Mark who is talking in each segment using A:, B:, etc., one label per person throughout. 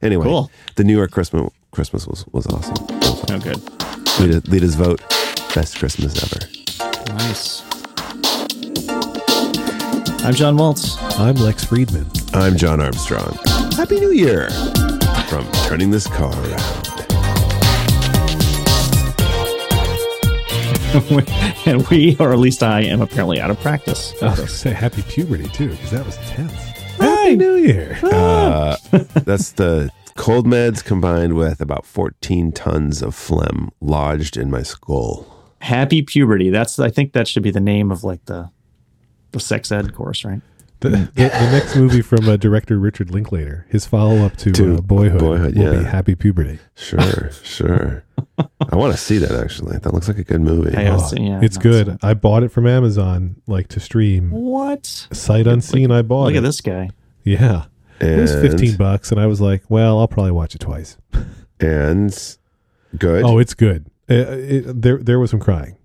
A: Anyway,
B: Cool.
A: the New York Christmas Christmas was, was awesome.
B: Oh, good.
A: Lita, Lita's vote, best Christmas ever.
B: Nice. I'm John Waltz.
C: I'm Lex Friedman.
A: I'm John Armstrong. Happy New Year from Turning This Car Around.
B: and we, or at least I, am apparently out of practice.
C: I was going to say happy puberty, too, because that was tense. Happy New Year.
A: Uh, that's the cold meds combined with about 14 tons of phlegm lodged in my skull.
B: Happy puberty. That's I think that should be the name of like the the sex ed course, right?
C: The, the, the next movie from uh, director Richard Linklater, his follow up to,
A: To
C: uh, Boyhood,
A: Boyhood,
C: will be
A: yeah.
C: Happy Puberty.
A: Sure, sure. I want to see that actually. That looks like a good movie.
B: I haven't seen- yeah,
C: Oh, it's
B: no,
C: good. I bought it from Amazon, like to stream.
B: What?
C: Sight unseen, I bought
B: Look
C: it.
B: at this guy.
C: Yeah. It was
A: And-
C: 15 bucks, and I was like, well, I'll probably watch it twice.
A: And good.
C: Oh, it's good. Uh, it, there, there was some crying.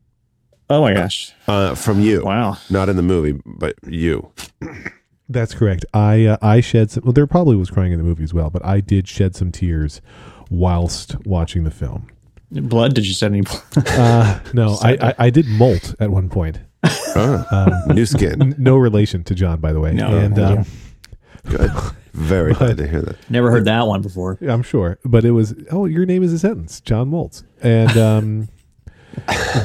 B: Oh my gosh!
A: Uh, from you.
B: Wow.
A: Not in the movie, but you.
C: That's correct. I uh, I shed some. Well, there probably was crying in the movie as well, but I did shed some tears whilst watching the film.
B: Blood? Did you shed any blood?
C: Uh, no, I, I I did molt at one point.
A: Ah,
C: Um,
A: new skin.
C: N- No relation to John, by the way.
B: No,
C: and
B: no
C: um,
A: Good. Very glad to hear that.
B: Never heard that one before.
C: I'm sure, but it was oh, your name is a sentence, John Moltz, and um,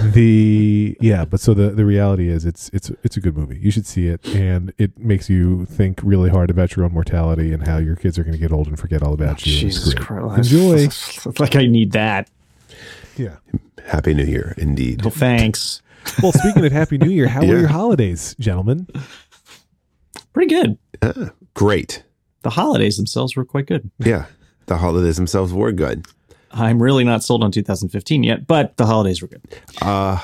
C: the yeah. But so the the reality is, it's it's it's a good movie. You should see it, and it makes you think really hard about your own mortality and how your kids are going to get old and forget all about you. It's
B: Oh, Jesus
C: great.
B: Christ!
C: Enjoy.
B: It's like I need that.
C: Yeah.
A: Happy New Year, indeed.
B: No thanks.
C: Well, speaking of Happy New Year, how
A: Yeah.
C: were your holidays, gentlemen?
B: Pretty good.
A: Great.
B: The holidays themselves were quite good.
A: Yeah. The holidays themselves were good.
B: I'm really not sold on 2015 yet, but the holidays were good.
A: Uh,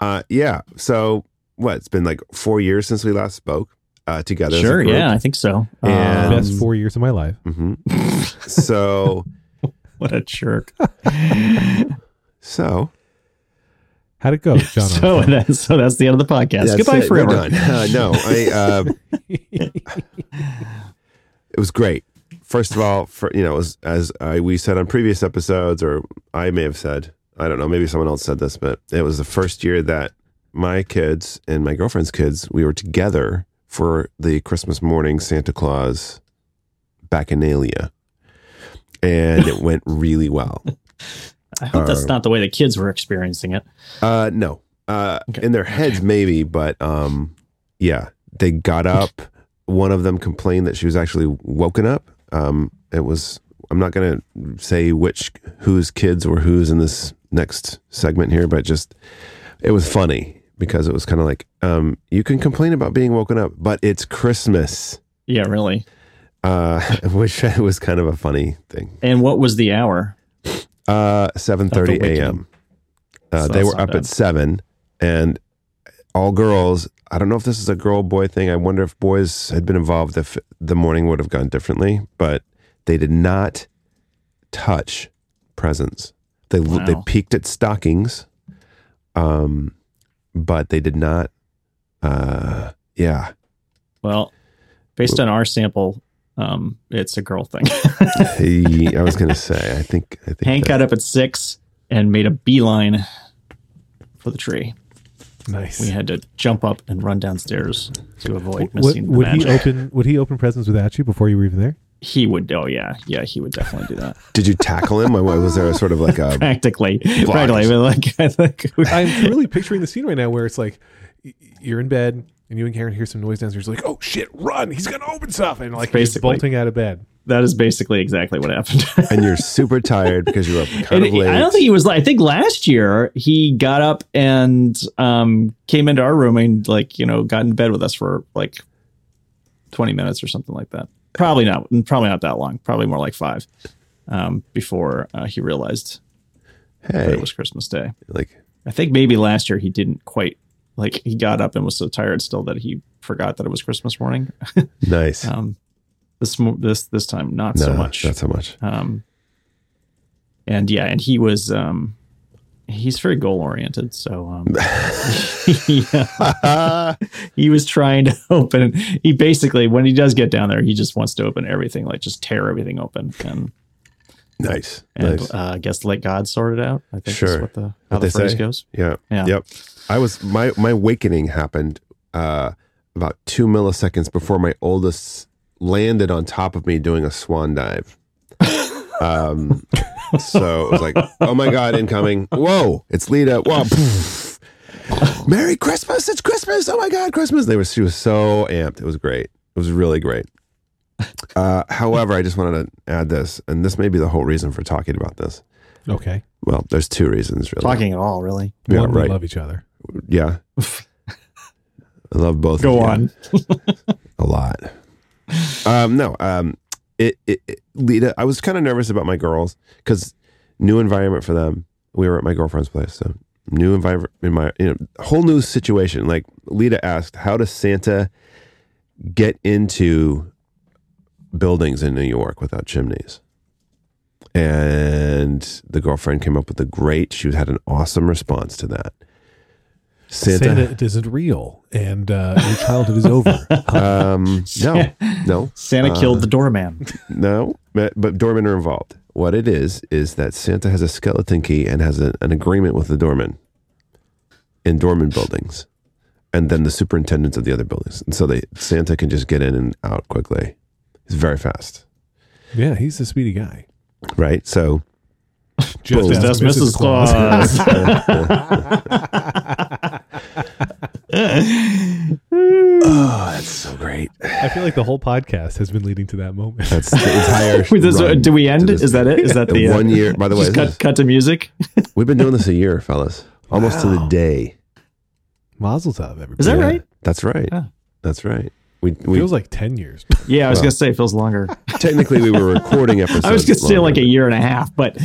A: uh, yeah. So, what? It's been like four years since we last spoke uh, together. as a
B: Sure,
A: group.
B: yeah, I think so.
A: And-
B: Um,
C: Best four years of my life.
A: Mhm. so,
B: what a jerk.
A: so
C: How'd it go, John?
B: so,
C: Armstrong?
B: that, so that's the end of the podcast.
A: that's
B: Goodbye
A: it. We're
B: forever.
A: done. Uh, no, I. Uh, it was great. First of all, for you know, as, as I, we said on previous episodes, or I may have said, I don't know, maybe someone else said this, but it was the first year that my kids and my girlfriend's kids we were together for the Christmas morning Santa Claus bacchanalia, and it went really well.
B: I hope that's
A: Uh,
B: not the way the kids were experiencing it.
A: Uh, no. Uh,
B: Okay.
A: in their heads maybe, but um, yeah, they got up. One of them complained that she was actually woken up. Um, it was. I'm not gonna say which whose kids were whose in this next segment here, but just it was funny because it was kind of like um, you can complain about being woken up, but it's Christmas,
B: Yeah, really.
A: uh, which was kind of a funny thing.
B: And what was the hour?
A: Uh, seven thirty
B: That's a weekend.
A: a.m. Uh,
B: So
A: they
B: that's
A: were
B: not
A: up
B: bad.
A: at seven, and all girls. I don't know if this is a girl boy thing. I wonder if boys had been involved, if the morning would have gone differently. But they did not touch presents. They they
B: Wow.
A: peeked at stockings, um, but they did not. Uh, yeah,
B: Well, based on our sample, um, it's a girl thing.
A: He- I was gonna say. I think I think
B: Hank
A: that-
B: got up at six and made a beeline for the tree.
C: nice.
B: We had to jump up and run downstairs to avoid
C: What,
B: missing the
C: would he
B: magic.
C: open? Would he open presents without you before you were even there?
B: he would. Oh yeah, yeah. He would definitely do that.
A: Did you tackle him? Or was there a sort of like a
B: practically, practically. But like, I think we-
C: I'm really picturing the scene right now where it's like y- you're in bed and you and Karen hear some noise downstairs. Like, oh shit, run! He's gonna open stuff, and like he's
B: Basically.
C: bolting out of bed.
B: that is basically exactly what happened.
A: and you're super tired because you were up kind
B: And
A: of late.
B: I don't think he was. I think last year he got up and um, came into our room and like you know got in bed with us for like twenty minutes or something like that. Probably not. Probably not that long. Probably more like five um, before uh, he realized that
A: hey,
B: it was Christmas Day.
A: like
B: I think maybe last year he didn't quite like he got up and was so tired still that he forgot that it was Christmas morning.
A: nice.
B: Um, this mo- this this time not so
A: No,
B: much.
A: Not so much.
B: Um, and yeah, and he was um, he's very goal oriented. So um, yeah. he was trying to open. He basically, when he does get down there, he just wants to open everything, like just tear everything open. And
A: Nice.
B: and
A: nice.
B: uh, I guess let God sort it out. I think
A: Sure.
B: that's what the how
A: What
B: the
A: they
B: phrase
A: say.
B: goes.
A: Yeah.
B: Yeah.
A: Yep. I was my my awakening happened uh about two milliseconds before my oldest landed on top of me doing a swan dive. Um so it was like, oh my god, incoming. Whoa, it's Lita. Whoa. poof. Merry Christmas. It's Christmas. Oh my god, Christmas. They were she was so amped. It was great. It was really great. Uh, however, I just wanted to add this, and this may be the whole reason for talking about this.
C: Okay.
A: Well, there's two reasons, really.
B: Talking at all, really.
A: Yeah,
C: One, we
A: right.
C: love each other.
A: Yeah. I love both. of
B: Go
A: you
B: on.
A: A lot. Um, no. Um, it, it, it Lita, I was kind of nervous about my girls because new environment for them. We were at my girlfriend's place, so new environment in my you know whole new situation. Like Lita asked, how does Santa get into buildings in New York without chimneys? And the girlfriend came up with a great. She had an awesome response to that.
C: Santa, it isn't real, and uh, your childhood is over.
A: Um, no, no,
B: Santa
A: Uh,
B: killed the doorman.
A: no. But, but doormen are involved. What it is is that Santa has a skeleton key and has a, an agreement with the doorman in doorman buildings, and then the superintendents of the other buildings, and so they Santa can just get in and out quickly. He's very fast,
C: yeah, he's a speedy guy.
A: right? So
C: Just
A: Boom.
C: ask
B: That's Mrs. Claus.
A: oh, that's so great.
C: I feel like the whole podcast has been leading to that moment.
A: That's the entire.
B: Wait, this- uh,
A: run
B: do we
A: to
B: end it?
A: this-
B: Is that it? Is that
A: the
B: the uh,
A: one year? By the way,
B: Just
A: this
B: cut,
A: is-
B: cut to music.
A: we've been doing this a year, fellas, almost to the
C: Wow.
A: day.
C: Mazel tov, everybody.
B: Is that
A: Yeah,
B: right?
A: That's right.
B: Yeah.
A: That's right. We we
C: Feels like ten years.
B: Yeah, I was
A: Well.
B: gonna say it feels longer.
A: technically we were recording episodes.
B: I was gonna say like a
A: longer.
B: year and a half, but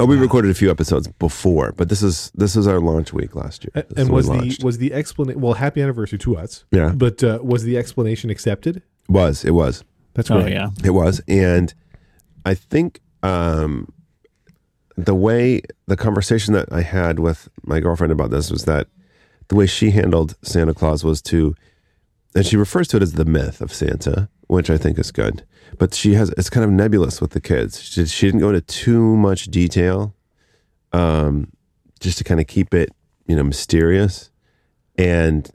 A: Oh, we recorded a few episodes before, but this is this is our launch week last year.
C: A-
A: This is
C: and
A: when
C: was
A: we
C: the
A: launched.
C: was the explanation? Well, happy anniversary to us.
A: Yeah.
C: But uh, was the explanation accepted?
A: was it was
C: That's
B: oh
C: great.
B: yeah,
A: it was, and I think um, the way the conversation that I had with my girlfriend about this was that the way she handled Santa Claus was to, and she refers to it as the myth of Santa, which I think is good. But she has it's kind of nebulous with the kids. She, she didn't go into too much detail, um, just to kind of keep it you know mysterious. And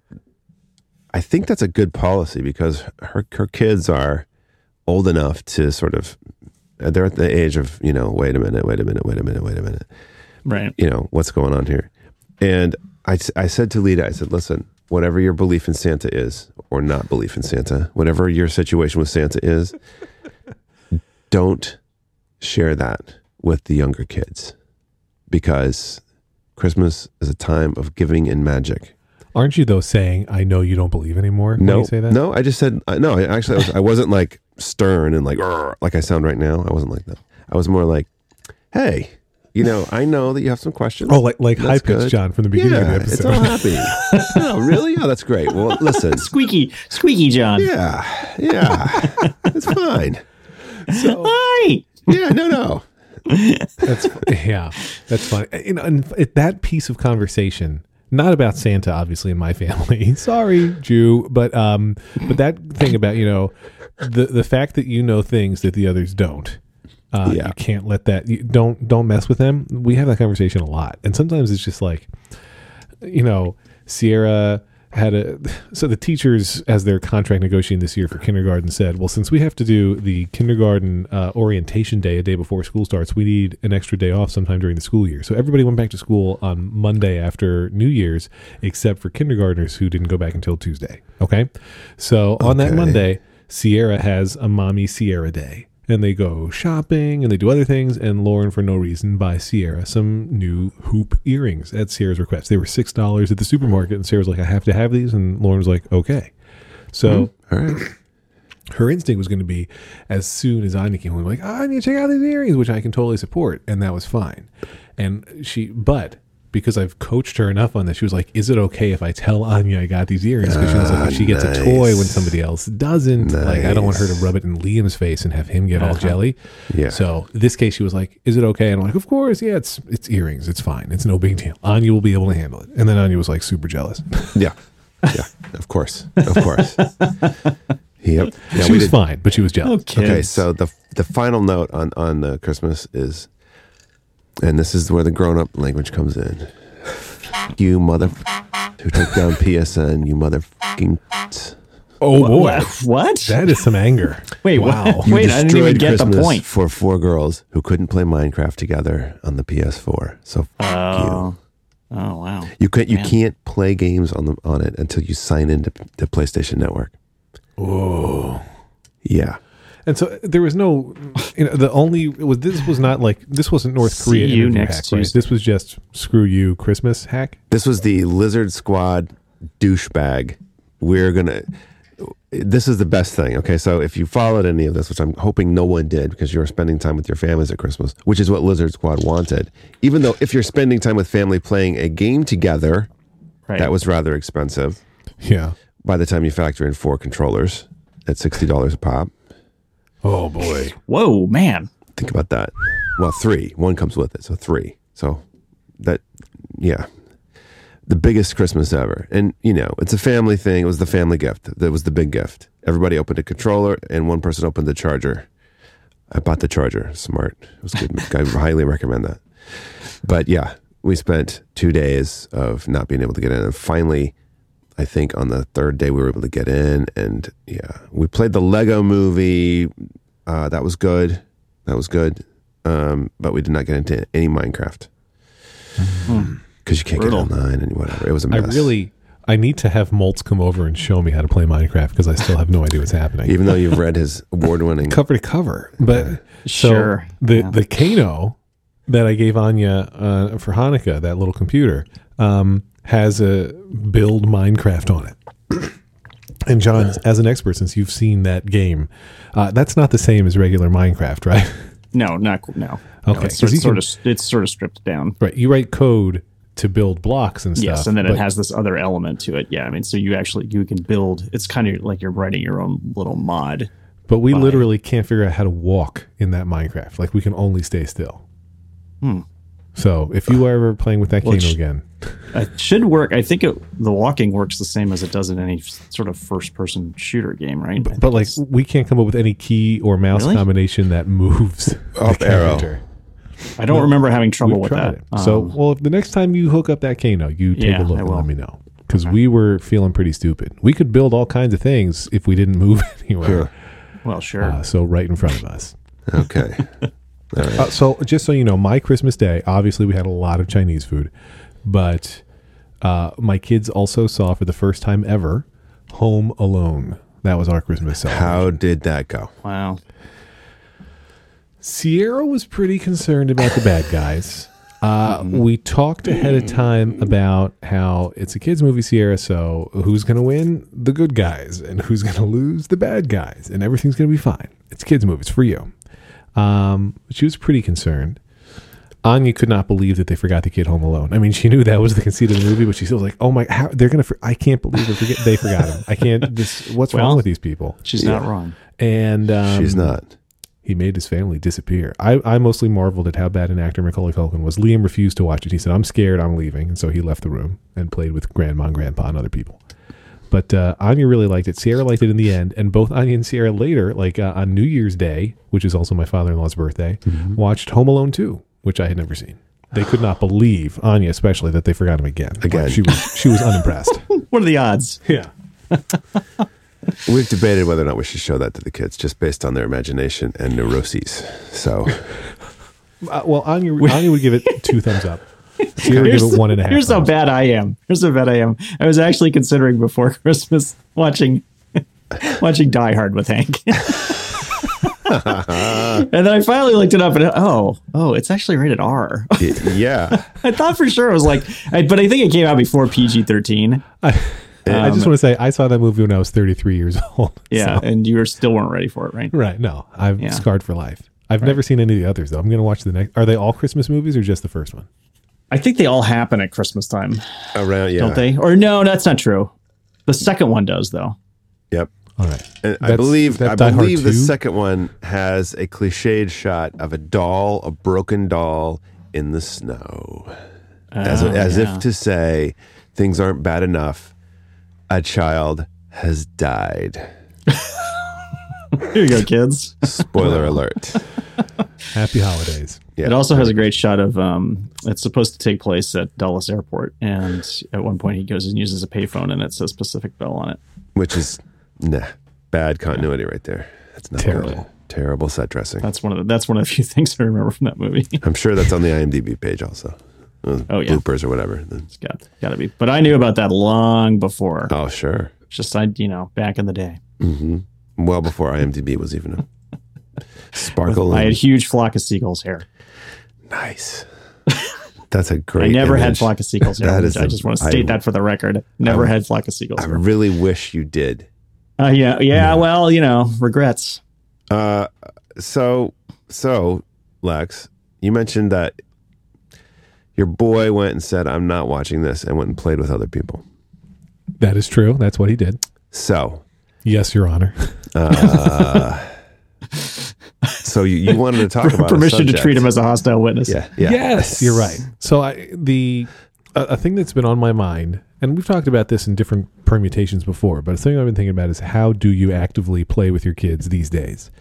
A: I think that's a good policy because her her kids are old enough to sort of they're at the age of you know wait a minute wait a minute wait a minute wait a minute
B: right.
A: you know what's going on here and I, s- I said to lita i said listen whatever your belief in santa is or not belief in santa whatever your situation with santa is don't share that with the younger kids because christmas is a time of giving and magic
C: Aren't you though saying I know you don't believe anymore? when
A: no
C: you say that.
A: no i just said I- no i actually I, was, I wasn't like stern and like "Arr," like i sound right now i wasn't like that i was more like hey you know i know that you have some questions
C: Oh, like like
A: That's
C: high pitched
A: good.
C: John from the beginning of the
A: yeah, it's
C: episode.
A: all happy. no, really? Oh, that's great. Well, listen.
B: Squeaky, squeaky John.
A: Yeah, yeah, it's fine.
B: Hi.
A: Yeah, no, no.
C: That's yeah, that's funny. Eh, You know, and it, that piece of conversation, not about Santa, obviously, in my family. Sorry, Jew, but um, but that thing about you know, the the fact that you know things that the others don't. Uh,
A: Yeah.
C: You can't let that. You don't don't mess with them. We have that conversation a lot, and sometimes it's just like, you know, Sierra had a so the teachers as their contract negotiating this year for kindergarten said, well, since we have to do the kindergarten uh, orientation day a day before school starts, we need an extra day off sometime during the school year. So everybody went back to school on Monday after New Year's, except for kindergartners who didn't go back until Tuesday. Okay, so on that
A: Okay.
C: Monday, Sierra has a mommy Sierra day. And they go shopping and they do other things. And Lauren, for no reason, buys Sierra some new hoop earrings at Sierra's request. They were $6 at the supermarket. And Sierra's like, I have to have these. And Lauren was like, okay. So
A: Mm-hmm. All right.
C: her instinct was going to be as soon as Anya came home, like, I need to check out these earrings, which I can totally support. And that was fine. And she, but because I've coached her enough on this, she was like, Is it okay if I tell Anya I got these earrings? Because she was like, If she gets
A: Ah,
C: a toy when somebody else doesn't, like, I don't want her to rub it in Liam's face and have him get all jelly.
A: Yeah.
C: So in this case, she was like, Is it okay? And I'm like, Of course. Yeah, it's, it's earrings. It's fine. It's no big deal. Anya will be able to handle it. And then Anya was like, super jealous.
A: Yeah, yeah. Of course, of course. Yep. Yeah,
C: she
A: we
C: was
A: did-
C: fine, but she was jealous.
B: kids.
A: Okay, so the the final note on on uh, Christmas is, and this is where the grown up language comes in. You mother who took down PSN, you motherfucking.
C: Oh boy,
B: Wha- what?
C: that is some anger.
B: Wait,
C: wow.
B: what? Wait, I didn't even
A: destroyed
B: get the
A: Christmas
B: point.
A: For four girls who couldn't play Minecraft together on the PS4, so f-
B: Oh, oh wow.
A: you you can't you
B: Man.
A: can't play games on the on it until you sign into the PlayStation Network. Oh, yeah.
C: And so uh, there was no, you know, the only it was this was not like this wasn't North
B: See
C: Korea.
B: you
C: interview
B: next
C: hack, right?
B: Tuesday.
C: This was just screw you Christmas hack.
A: This was the Lizard Squad douchebag. We're gonna. This is the best thing. Okay, so if you followed any of this, which I'm hoping no one did, because you're spending time with your families at Christmas, which is what Lizard Squad wanted. Even though if you're spending time with family playing a game together,
B: Right.
A: that was rather expensive.
C: Yeah.
A: By the time you factor in four controllers at sixty dollars a pop,
C: Oh boy.
B: Whoa, man.
A: think about that. Well, three. One comes with it, so three. So that, yeah, the biggest Christmas ever. And you know, it's a family thing. It was the family gift. That was the big gift. Everybody opened a controller, and one person opened the charger. I bought the charger. Smart. It was good. I highly recommend that. But yeah, we spent two days of not being able to get in, and finally. I think on the third day we were able to get in, and yeah, we played the Lego Movie. Uh, that was good. That was good. Um, but we did not get into any Minecraft because you can't get
B: Brutal.
A: online and whatever. It was a
C: Hmm. I
A: mess.
C: really I need to have Moltz come over and show me how to play Minecraft because I still have no idea what's happening.
A: even though you've read his award-winning.
C: cover to cover. But so
B: Sure.
C: the
B: Yeah.
C: the Kano that I gave Anya uh, for Hanukkah, that little computer, um, has a build Minecraft on it. And John, as an expert, since you've seen that game, uh, that's not the same as regular Minecraft, right?
B: No, not qu- no. No,
C: Okay,
B: it's
C: 'cause
B: sort,
C: you
B: sort
C: can-
B: of it's sort of stripped down.
C: Right. You write code to build blocks and stuff.
B: Yes, and then it
C: but-
B: has this other element to it. Yeah, I mean, so you actually you can build. It's kind of like you're writing your own little mod.
C: But we literally can't figure out how to walk in that Minecraft. Like we can only stay still. So if you are ever playing with that
B: Hmm. Well,
C: Kano
B: it's-
C: again,
B: It should work. I think it, the walking works the same as it does in any s- sort of first-person shooter game, right? I
C: But
B: think
C: like
B: it's-
C: we can't come up with any key or mouse
B: Really?
C: combination that moves
A: Up arrow.
C: character.
B: I don't remember having trouble
C: We've
B: with
C: tried
B: that. um,
C: it. so well, if the next time you hook up that Kano, you take
B: Yeah,
C: a look
B: I
C: and
B: will.
C: let me know because we were feeling pretty stupid. We could build all kinds of things if we didn't move anywhere.
B: um, well, sure.
C: Uh, so right in front of us.
A: Okay.
C: Uh, so just so you know, my Christmas day, obviously we had a lot of Chinese food, but uh, my kids also saw for the first time ever Home Alone. That was our Christmas celebration.
A: How did that go?
B: wow.
C: Sierra was pretty concerned about the bad guys. Uh,
A: Mm-hmm.
C: we talked ahead of time about how it's a kids movie, Sierra. So who's going to win? The good guys, and who's going to lose? The bad guys, and everything's going to be fine. It's a kids movie. It's for you. Um, she was pretty concerned. Anya could not believe that they forgot the kid home alone. I mean, she knew that was the conceit of the movie, but she still was like, "Oh my, how, they're gonna! For, I can't believe they, forget, they forgot him. I can't. This, what's wrong
B: Well-
C: with these people?"
B: She's not wrong.
C: And um,
A: She's not.
C: he made his family disappear. I, I mostly marveled at how bad an actor Macaulay Culkin was. Liam refused to watch it. He said, "I'm scared. I'm leaving," and so he left the room and played with grandma and grandpa and other people. But uh, Anya really liked it. Sierra liked it in the end, and both Anya and Sierra later, like uh, on New Year's Day, which is also my father-in-law's birthday, watched Home Alone 2, which I had never seen. They could not believe Anya, especially, that they forgot him again.
A: Again.
C: Like, she was she was unimpressed.
B: What are the odds?
C: yeah.
A: We've debated whether or not we should show that to the kids, just based on their imagination and neuroses. So
C: Uh, well, Anya, Anya would give it two thumbs up. Sierra would give
B: Here's-
C: it one and a half.
B: Here's how
C: thumbs.
B: bad I am. Here's how bad I am. I was actually considering before Christmas watching watching Die Hard with Hank. and then I finally looked it up and oh, oh, it's actually rated R.
A: y- yeah,
B: I thought for sure it was like I, but I think it came out before PG-13.
A: Um,
C: I just want to say I saw that movie when I was 33 years old.
B: Yeah,
C: So-
B: and you were still weren't ready for it, right?
C: right. No, I'm
B: Yeah.
C: scarred for life. I've never seen any of the others though. I'm going to watch the next. Are they all Christmas movies or just the first one?
B: I think they all happen at Christmas time,
A: around yeah.
B: don't they? Or no, that's not true. The second one does though.
A: Yep.
C: All right.
A: And Uh, I
C: That's-
A: believe
C: that
A: I
C: Die Hard
A: believe the
C: 2?
A: second one has a cliched shot of a doll, a broken doll in the snow, as
C: Oh,
A: as if to say things aren't bad enough. A child has died.
B: Here you go, kids.
A: Spoiler alert.
C: Happy holidays.
A: Yeah.
B: It also has a great shot of um, it's supposed to take place at Dulles Airport, and at one point he goes and uses a payphone, and it says Pacific Bell on it.
A: Which is nah, bad continuity right there. That's not
C: Terrible.
A: Good. Terrible set dressing.
B: That's one of the that's one of the few things I remember from that movie.
A: I'm sure that's on the IMDb page also. Those
B: Oh, yeah.
A: bloopers or whatever.
B: it's got got to be, but I knew about that long before.
A: Oh sure.
B: It's Just I you know back in the day,
A: hmm Well before IMDb was even a sparkle.
B: I had
A: and-
B: huge flock of seagulls hair.
A: nice. That's a great.
B: I never had
A: image.
B: flock of seagulls hair.
A: That is
B: I
A: the-
B: just want to state
A: I-
B: that for the record. Never
A: I-
B: had flock of seagulls.
A: I
B: hair.
A: really wish you did.
B: Uh, yeah, yeah. Well, you know, regrets.
A: Uh, so so Lex, you mentioned that your boy went and said, "I'm not watching this," and went and played with other people.
C: That is true. That's what he did.
A: So
C: Yes, Your Honor.
A: Uh, so you, you wanted to talk about a
B: Permission to
A: subject.
B: treat him as a hostile witness.
A: yeah, yeah.
C: Yes, you're right. So I the a, a thing that's been on my mind, and we've talked about this in different permutations before, but a thing I've been thinking about is how do you actively play with your kids these days?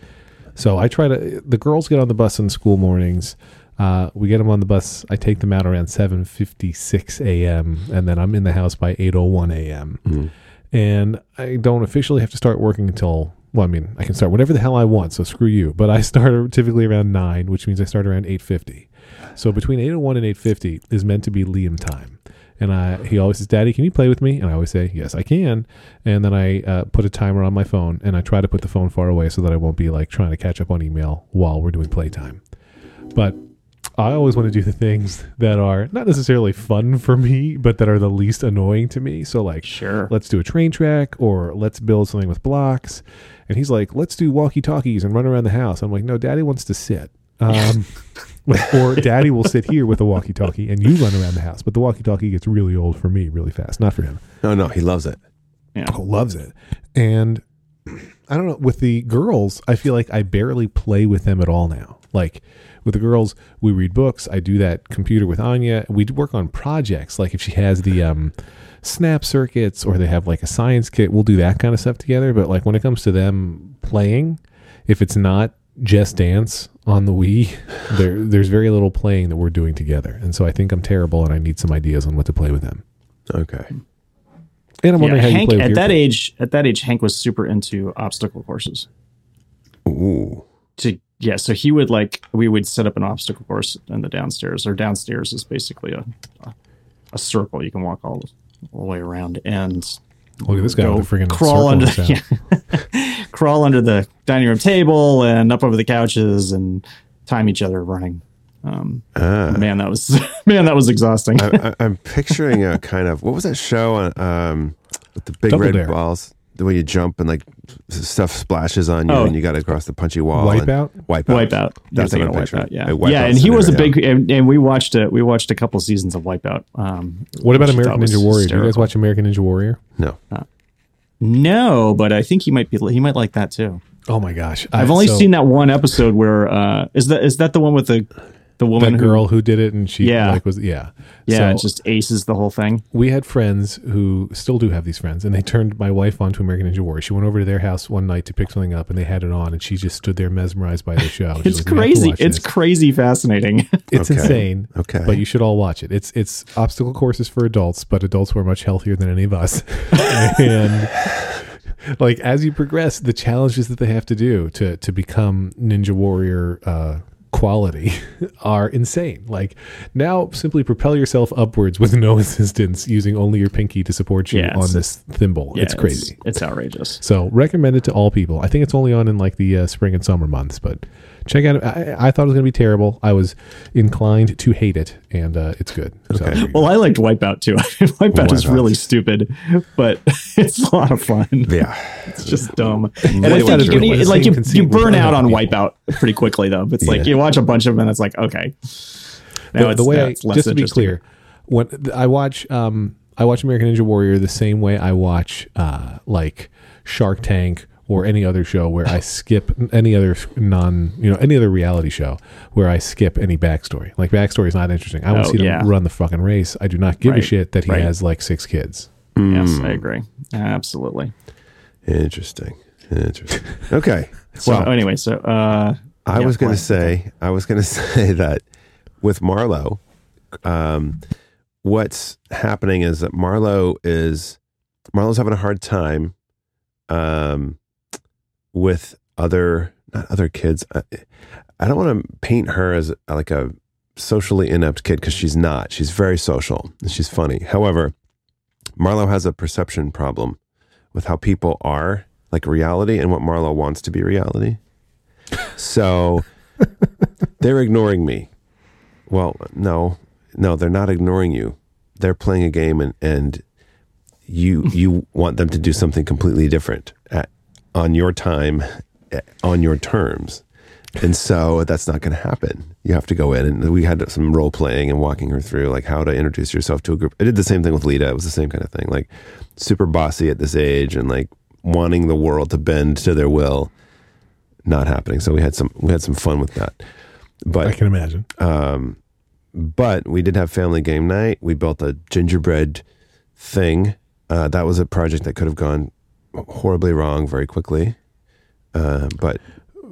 C: So I try to. The girls get on the bus in school mornings. Uh, we get them on the bus. I take them out around seven fifty six a.m. and then I'm in the house by eight o one a.m.
A: Mm-hmm.
C: And I don't officially have to start working until well, I mean, I can start whenever the hell I want. So screw you. But I start typically around nine, which means I start around eight fifty. So between 801 and 850 is meant to be Liam time. And I, he always says, Daddy, can you play with me? And I always say, Yes, I can. And then I uh, put a timer on my phone and I try to put the phone far away so that I won't be like trying to catch up on email while we're doing playtime. But I always want to do the things that are not necessarily fun for me, but that are the least annoying to me. So, like,
B: Sure.
C: let's do a train track or let's build something with blocks. And he's like, let's do walkie talkies and run around the house. I'm like, no, daddy wants to sit. Um, like, or daddy will sit here with a walkie talkie and you run around the house. But the walkie talkie gets really old for me really fast, not for him.
A: No, no, he loves it.
C: Oh, loves it. And I don't know. With the girls, I feel like I barely play with them at all now. Like with the girls, we read books. I do that computer with Anya. We do work on projects. Like if she has the um, snap circuits or they have like a science kit, we'll do that kind of stuff together. But like when it comes to them playing, if it's not just dance on the Wii, there there's very little playing that we're doing together. And so I think I'm terrible, and I need some ideas on what to play with them.
A: Okay.
C: And I'm
B: Yeah,
C: wondering how you
B: Hank,
C: play with
B: at
C: your
B: that
C: kids.
B: age, at that age, Hank was super into obstacle courses.
A: Ooh.
B: To yeah, so he would like we would set up an obstacle course in the downstairs. Or downstairs is basically a a, a circle you can walk all, all the way around and
C: Look at this guy
B: go
C: with a freaking
B: crawl
C: circle
B: under
C: in his hand.
B: yeah. crawl under the dining room table and up over the couches and time each other running. Um,
A: Ah.
B: man, that was man, that was exhausting.
A: I, I, I'm picturing a kind of what was that show on um, with the big
C: Double
A: red
C: Dare.
A: balls? The way you jump and like s- stuff splashes on you
B: Oh.
A: and you got to cross the punchy wall.
C: Wipeout?
A: And wipe out.
B: Wipeout.
A: That's
B: You're
A: what I'm
B: thinking of
A: picturing.
B: Wipeout, yeah,
A: A Wipeout
B: yeah, and he was a
A: scenario.
B: big, and, and we watched a we watched a couple seasons of Wipeout. Um,
C: What about
B: which I
C: American
B: thought was
C: Ninja Warrior? Do you guys
B: hysterical.
C: watch American Ninja Warrior?
A: No.
B: No, but I think he might be he might like that too.
C: Oh my gosh,
B: I've only seen that one episode where uh, is that is that the one with the the woman
C: that
B: who
C: girl who did it, and she
B: Yeah.
C: like was yeah
B: yeah
C: So
B: just aces the whole thing.
C: we had friends who still do have these friends, and they turned my wife on to American Ninja Warrior. She went over to their house one night to pick something up, and they had it on, and she just stood there mesmerized by the show. She
B: It's
C: was like, "We have to
B: crazy.
C: watch
B: It's
C: this."
B: crazy fascinating.
C: it's
A: Okay.
C: insane.
A: Okay.
C: But you should all watch it. It's it's obstacle courses for adults, but adults who are much healthier than any of us. and like as you progress, the challenges that they have to do to to become ninja warrior uh quality are insane. Like now simply propel yourself upwards with no assistance using only your pinky to support you
B: Yeah,
C: on
B: it's-
C: this thimble.
B: Yeah,
C: it's crazy.
B: It's, outrageous.
C: So recommend it to all people. I think it's only on in like the uh, spring and summer months, but check out. I, I thought it was going to be terrible. I was inclined to hate it, and uh, it's good. So
A: Okay.
C: there you go.
B: Well, I liked Wipeout too. Wipeout, is
A: Wipeout.
B: really stupid, but it's a lot of fun.
A: Yeah.
B: It's just dumb. And
A: Really
B: I think
A: wonder
B: you,
A: what
B: you,
C: the
B: like
C: same
B: you,
C: conceit
B: you
C: was
B: burn out
C: other
B: on
C: people.
B: Wipeout pretty quickly though. It's
A: Yeah.
B: like you watch a bunch of them and it's like okay. Now
C: the, the way
B: now
C: I,
B: less
C: just to be
B: interesting.
C: clear, when th- I watch um I watch American Ninja Warrior the same way I watch uh like Shark Tank or any other show where I skip any other non you know any other reality show where I skip any backstory. Like backstory is not interesting. I want
B: Oh,
C: to see
B: yeah.
C: them run the fucking race. I do not give a
B: Right.
C: shit that he
B: Right.
C: has like six kids.
B: Yes, I agree. Absolutely.
A: Interesting. Interesting. Okay.
B: So
A: Well-
B: anyway, so uh,
A: I
B: Yeah,
A: was going
B: why?
A: to say, I was going to say that with Marlowe, um, what's happening is that Marlowe is Marlowe's having a hard time um, with other not other kids. I, I don't want to paint her as like a socially inept kid because she's not. She's very social and she's funny. However, Marlowe has a perception problem with how people are, like reality, and what Marlowe wants to be reality. So they're ignoring me. Well, no, no, they're not ignoring you. They're playing a game, and and you you want them to do something completely different at, on your time, eh, on your terms, and so that's not going to happen. You have to go in, and we had some role playing and walking her through like how to introduce yourself to a group. I did the same thing with Lita. It was the same kind of thing, like super bossy at this age, and like wanting the world to bend to their will not happening. So we had some we had some fun with that.
C: I
A: But
C: can imagine.
A: but we did have family game night. We built a gingerbread thing. Uh, that was a project that could have gone horribly wrong very quickly. Uh, but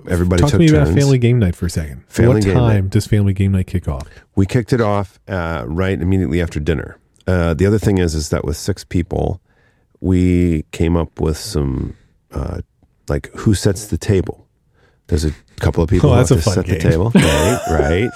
A: everybody
C: Talk to
A: took
C: me
A: turns.
C: about family game night for a second.
A: Family
C: what
A: game
C: time does family game night kick off?
A: we kicked it off uh, right immediately after dinner. Uh, the other thing is, is that with six people, we came up with some uh, like who sets the table. There's a couple of people
C: Oh,
A: who
C: that's
A: have
C: a
A: to
C: fun
A: set
C: game.
A: the table, right? Right?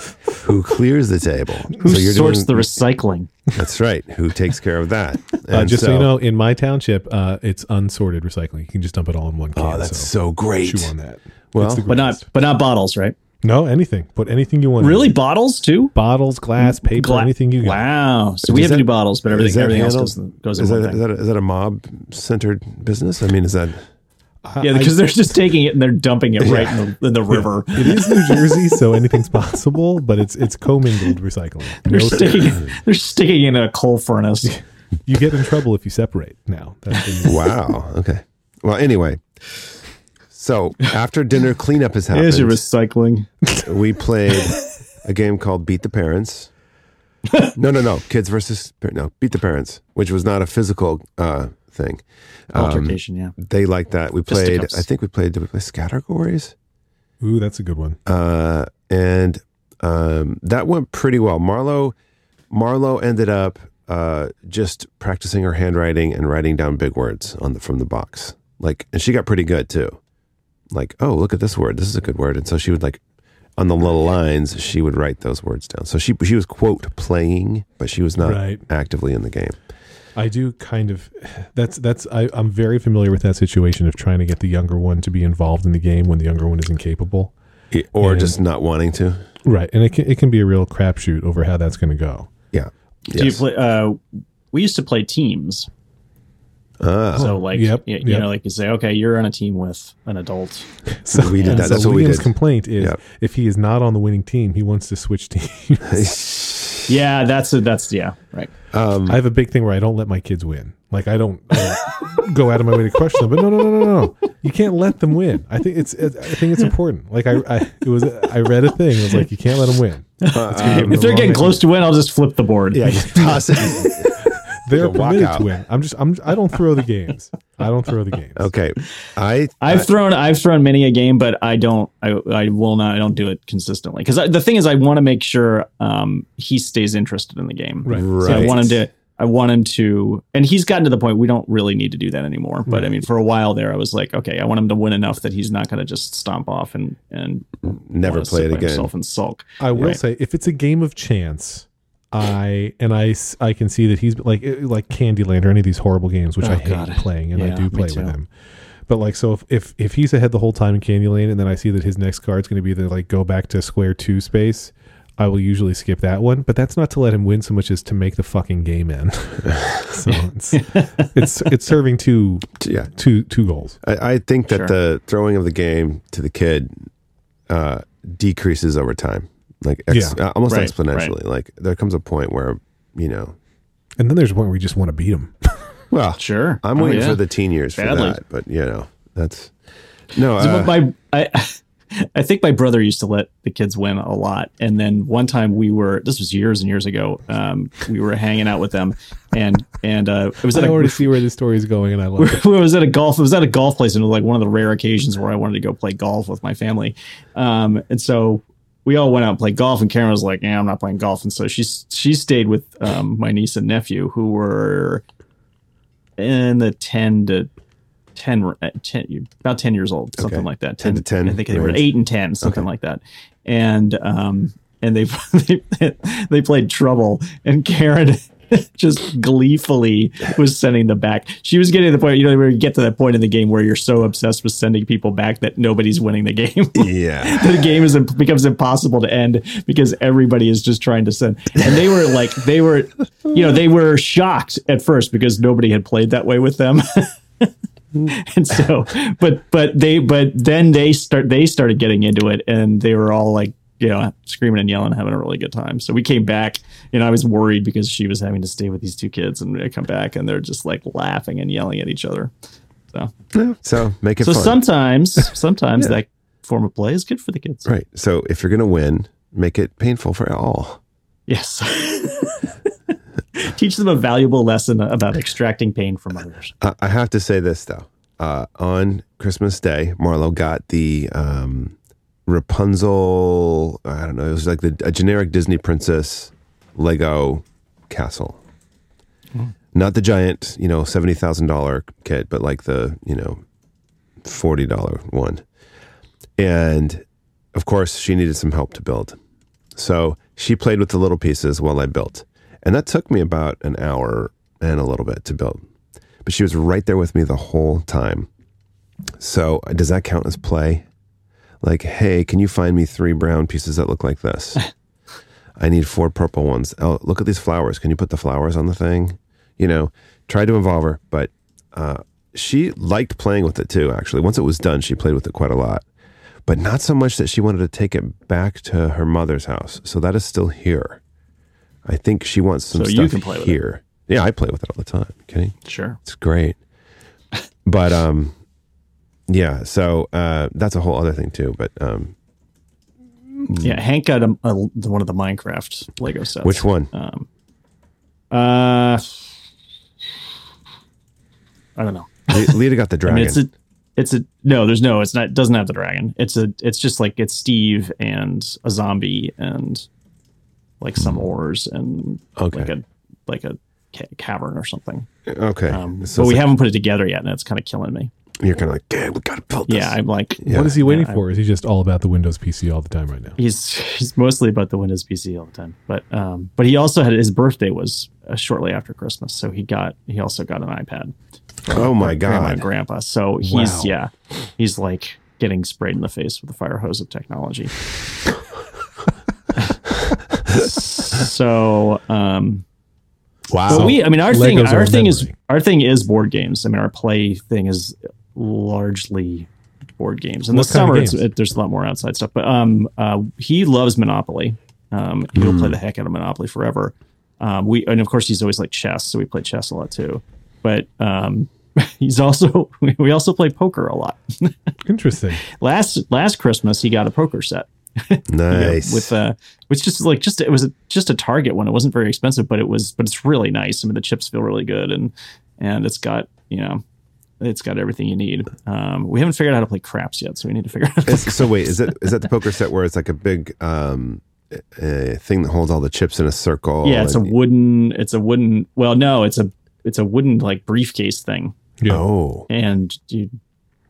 A: who clears the table?
B: who sorts
A: doing-
B: the recycling?
A: That's right. Who takes care of that?
C: Uh,
A: And
C: just so, you know, in my township, uh, it's unsorted recycling. You can just dump it all in one can.
A: oh, that's
C: so
A: so, great.
C: chew on that.
A: Well,
C: It's the
B: But not
C: greatest.
B: but not bottles, right?
C: no anything. Put anything you want. in.
B: Really, bottles too?
C: bottles, glass, paper,
B: Gla-
C: anything Mm. you got.
B: Wow. So we
A: Does
B: have to
A: that-
B: do bottles, but
A: is
B: everything
A: that
B: everything else
A: handled-
B: goes in, goes in
A: is
B: one
A: that,
B: thing.
A: is that is that a mob centered business? I mean, is that
B: yeah, because they're just taking it and they're dumping it right in, the, in the river.
C: It is New Jersey, so anything's possible, but it's it's commingled recycling.
B: They're
C: No-
B: sticking they're sticking it in a coal furnace.
C: you get in trouble if you separate. Now, that's the-
A: wow? Okay. Well, anyway, so after dinner cleanup has happened.
B: Here's your recycling.
A: we played a game called Beat the Parents. no, no, no. Kids versus par- no Beat the Parents, which was not a physical uh, thing.
B: Altercation, yeah.
A: They liked that. We played.
B: Fisticuffs.
A: I think we played. Did we play Scattergories?
C: ooh, that's a good one.
A: Uh, and um, that went pretty well. Marlo, Marlo ended up uh, just practicing her handwriting and writing down big words on the from the box. Like, and she got pretty good too. Like, oh, look at this word. This is a good word. And so she would like on the little lines, she would write those words down. So she she was quote playing, but she was not
C: Right.
A: actively in the game.
C: I do kind of. That's that's. I, I'm very familiar with that situation of trying to get the younger one to be involved in the game when the younger one is incapable.
A: E, Or
C: And-
A: just not wanting to.
C: Right, and it can, it can be a real crapshoot over how that's going to go.
A: Yeah.
B: Do you
A: Yes.
B: play uh we used to play teams.
A: Ah.
B: So like
C: Yep,
B: you, you
C: yep.
B: know, like you say, okay, you're on a team with an adult.
C: So
A: We did
C: and
A: that.
C: so
A: That's what we
C: Liam's
A: did.
C: complaint is
A: Yep.
C: if he is not on the winning team, he wants to switch teams.
B: Yeah, that's a, that's yeah, right.
A: Mm.
C: I have a big thing where I don't let my kids win. Like I don't, I don't go out of my way to question them, but no, no, no, no, no. You can't let them win. I think it's, it, I think it's important. Like I, I, it was, I read a thing. It was like you can't let them win.
A: Um,
B: If they're getting close to win, I'll just flip the board.
A: yeah, just toss it.
C: They're
A: Like a
C: permitted
A: walkout.
C: to win. I'm just, I'm, I don't throw the games. I don't throw the games.
A: Okay. I
B: I've thrown I've thrown many a game, but I don't I I will not I don't do it consistently because the thing is I want to make sure um he stays interested in the game.
C: Right.
B: So
A: Right.
B: I want him to I want him to and he's gotten to the point we don't really need to do that anymore. But I mean for a while there I was like, okay, I want him to win enough that he's not gonna just stomp off and and
A: never
B: wanna sit
A: play it
B: by
A: again.
B: himself and sulk.
C: I will
B: Right.
C: say if it's a game of chance, I and I s- I can see that he's like it- like Candyland or any of these horrible games which
B: Oh,
C: I hate
B: God.
C: playing and I
B: Yeah,
C: do
B: me
C: play with
B: too.
C: him. But like so if, if if he's ahead the whole time in Candyland and then I see that his next card's going to be the like go back to square 2 space, I will usually skip that one, but that's not to let him win so much as to make the fucking game end. so it's, it's it's serving two
A: yeah.
C: two two goals.
A: I, I think that
B: Sure.
A: the throwing of the game to the kid uh, decreases over time, like ex- uh, almost
B: Right,
A: exponentially. Like there comes a point where you know,
C: And then there's one where we just want to beat him.
A: well,
B: Sure.
A: I'm
B: Oh,
A: waiting
B: yeah.
A: for the teen years
B: Badly.
A: for that, but you know, that's no.
B: So
A: uh,
B: my I I think my brother used to let the kids win a lot. And then one time we were, this was years and years ago, um, we were hanging out with them, and and uh, it was at
C: I
B: a,
C: already see where this story is going, and I love it.
B: it was at a golf. It was at a golf place, and it was like one of the rare occasions where I wanted to go play golf with my family. Um, and so we all went out and played golf, and Karen was like, "Yeah, I'm not playing golf." And so she she stayed with um, my niece and nephew, who were in the ten to 10, r- uh, 10 about ten years old, something
A: Okay.
B: like that.
A: 10 to 10
B: I think they were
A: range.
B: eight and ten, something like that. And um, and they they they played trouble, and Karen just gleefully was sending them back. She was getting to the point, you know, where you get to that point in the game where you're so obsessed with sending people back that nobody's winning the game.
A: Yeah.
B: the game is becomes impossible to end because everybody is just trying to send. And they were like, they were, you know, they were shocked at first because nobody had played that way with them. and so, but but they but then they start they started getting into it, and they were all like. You know, screaming and yelling, having a really good time. So we came back, and I was worried because she was having to stay with these two kids, and I come back, and they're just like laughing and yelling at each other. So,
A: So make it
B: so
A: fun.
B: sometimes, sometimes
A: Yeah.
B: that form of play is good for the kids.
A: right. So if you're gonna win, make it painful for all.
B: Yes. Teach them a valuable lesson about extracting pain from others.
A: I, I have to say this though. Uh, on Christmas Day, Marlo got the um, Rapunzel. I don't know. It was like the, a generic Disney princess Lego castle. Not the giant, you know, seventy thousand dollar kit, but like the you know forty dollar one. And of course, she needed some help to build. So she played with the little pieces while I built, and that took me about an hour and a little bit to build but she was right there with me the whole time. So uh, does that count as play? Like, hey, can you find me three brown pieces that look like this? I need four purple ones. Oh, look at these flowers. Can you put the flowers on the thing? You know, tried to involve her, but uh, she liked playing with it too, actually. Once it was done, she played with it quite a lot, but not so much that she wanted to take it back to her mother's house. So that is still here. I think she wants some
B: So you
A: stuff
B: can play with it.
A: here. Yeah, I play with it all the time. Kidding?
B: Sure.
A: It's great. But um yeah, so uh that's a whole other thing too, but um
B: Yeah, Hank got a, a, one of the Minecraft Lego sets.
A: Mm. which one?
B: Um, uh, I don't know.
A: Le- Lita got the
B: I
A: dragon.
B: mean, it's a, it's a no. There's no. It's not. It doesn't have the dragon. It's a. It's just like it's Steve and a zombie and like some oars and
A: Hmm. Okay.
B: like a like a ca- cavern or something.
A: okay.
B: Um,
A: so
B: but we
A: it's
B: haven't put it together yet, and it's kind of killing me.
A: like- you're kind of like, "Yeah, we got to build this."
B: Yeah, I'm like,
A: Yeah.
C: What is he waiting
B: Yeah, I-
C: for? Is he just all about the Windows PC all the time right now?
B: he's he's mostly about the Windows PC all the time. But um, but he also had his birthday was uh, shortly after Christmas, so he got he also got an iPad.
A: oh my
B: Grandma
A: god.
B: and grandpa. So he's
C: Wow.
B: yeah, he's like getting sprayed in the face with a fire hose of technology. so um
C: Wow.
B: but we i mean our
C: Legos
B: thing
C: are
B: our
C: a
B: thing is
C: memory.
B: our thing is board games i mean our play thing is largely board games in
C: What
B: the
C: kind of
B: summer it's,
C: games?
B: it, there's a lot more outside stuff but um uh he loves monopoly um he'll
C: Hmm.
B: play the heck out of monopoly forever um we and of course he's always like chess so we play chess a lot too but um he's also we also play poker a lot
C: Interesting.
B: last last christmas he got a poker set yeah,
A: Nice.
B: with uh which just like just it was a, just a target one it wasn't very expensive but it was but it's really nice i mean the chips feel really good and and it's got you know it's got everything you need um we haven't figured out how to play craps yet so we need to figure out how to
A: It's- so wait, is it is that the poker set where it's like a big um uh, thing that holds all the chips in a circle?
B: yeah it's a
A: and-
B: wooden it's a wooden well no it's a it's a wooden like briefcase thing
C: Yeah.
A: Oh.
B: and you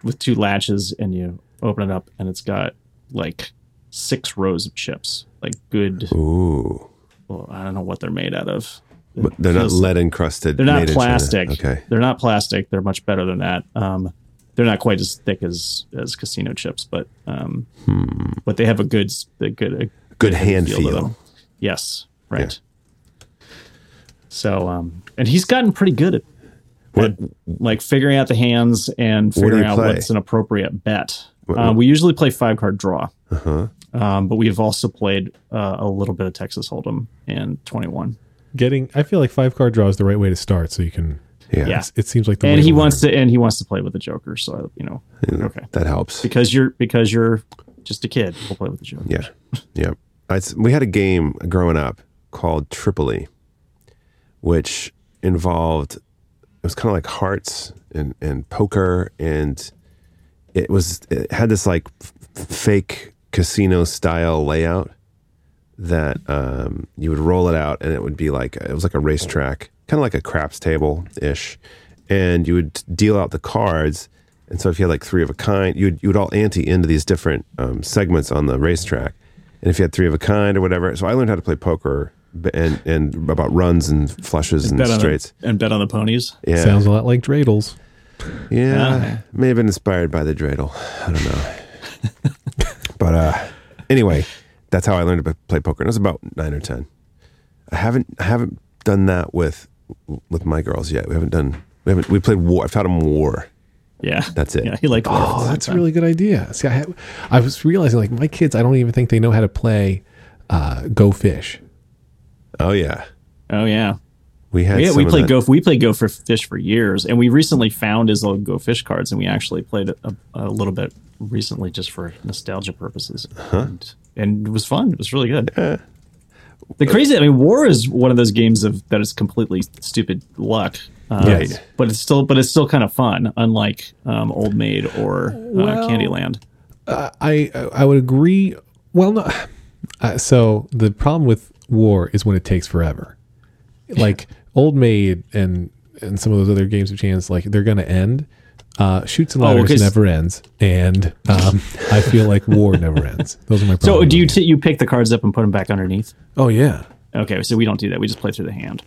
B: with two latches and you open it up and it's got like six rows of chips like good
A: Ooh.
B: well i don't know what they're made out of It
A: But they're not
B: feels-
A: lead encrusted.
B: They're not
A: made in China.
B: plastic.
A: Okay.
B: They're not plastic. They're much better than that. Um, they're not quite as thick as as casino chips, but um, but they have a good s- a good a
A: Hmm. Good hand
B: to
A: feel.
B: them. Yes, right. So um, and he's gotten pretty good at,
A: What-
B: at, like figuring out the hands and
A: do you
B: figuring out
A: play?
B: what's an appropriate bet.
A: What-
B: Um, we usually play five card draw,
A: Uh-huh.
B: um, but we've also played uh, a little bit of Texas Hold'em and twenty one.
C: Getting, I feel like five card draw is the right way to start, so you can.
A: Yeah.
B: Yeah.
C: It seems like the
B: And
C: way
B: he
C: to learn.
B: wants to and he wants to play with the Joker, so you know, okay.
A: That helps.
B: because you're because you're just a kid. We'll play with the joke.
A: Yeah. Yeah. I, we had a game growing up called Tripoli, which involved, it was kind of like hearts and, and poker. And it was, it had this like f- f- fake casino style layout that um, you would roll it out and it would be like, it was like a racetrack, kind of like a craps table ish. And you would deal out the cards. And so if you had like three of a kind, you would, you would all ante into these different um, segments on the racetrack. And if you had three of a kind or whatever, so I learned how to play poker b- and and about runs and flushes and
B: Bet on the-
A: straights.
B: and bet on the ponies.
A: Yeah,
C: Sounds a lot like dreidels.
A: yeah,
B: Okay.
A: may have been inspired by the dreidel. I don't know, but uh, anyway, that's how I learned to play poker. And I was about nine or ten. I haven't I haven't done that with with my girls yet. We haven't done we haven't we played war. I taught them war.
B: Yeah,
A: That's it.
B: yeah. He liked.
C: Oh,
B: words.
C: that's a really good idea. See, I had, I was realizing like my kids, I don't even think they know how to play uh, Go Fish.
A: Oh yeah,
B: Oh yeah.
A: we had
B: Yeah,
A: some
B: we
A: of
B: played
A: that.
B: go. We played go for fish for years, and we recently found his old go fish cards, and we actually played it a, a little bit recently just for nostalgia purposes. And, and it was fun. It was really good. The crazy, I mean, war is one of those games of that is completely stupid luck. Um,
A: Right.
B: But it's still, but it's still kind of fun. Unlike um, Old Maid or uh,
C: Well-
B: Candyland.
C: I I- I would agree. Well, no. Uh, so the problem with war is when it takes forever. Like Old Maid and and some of those other games of chance, like they're gonna end. Uh, shoots and
B: Oh,
C: ladders
B: okay.
C: never ends, and um, I feel like war never ends. Those are my.
B: So,
C: problems
B: do you
C: with
B: t- you pick the cards up and put them back underneath?
C: it. oh yeah.
B: Okay, so we don't do that. We just play through the hand.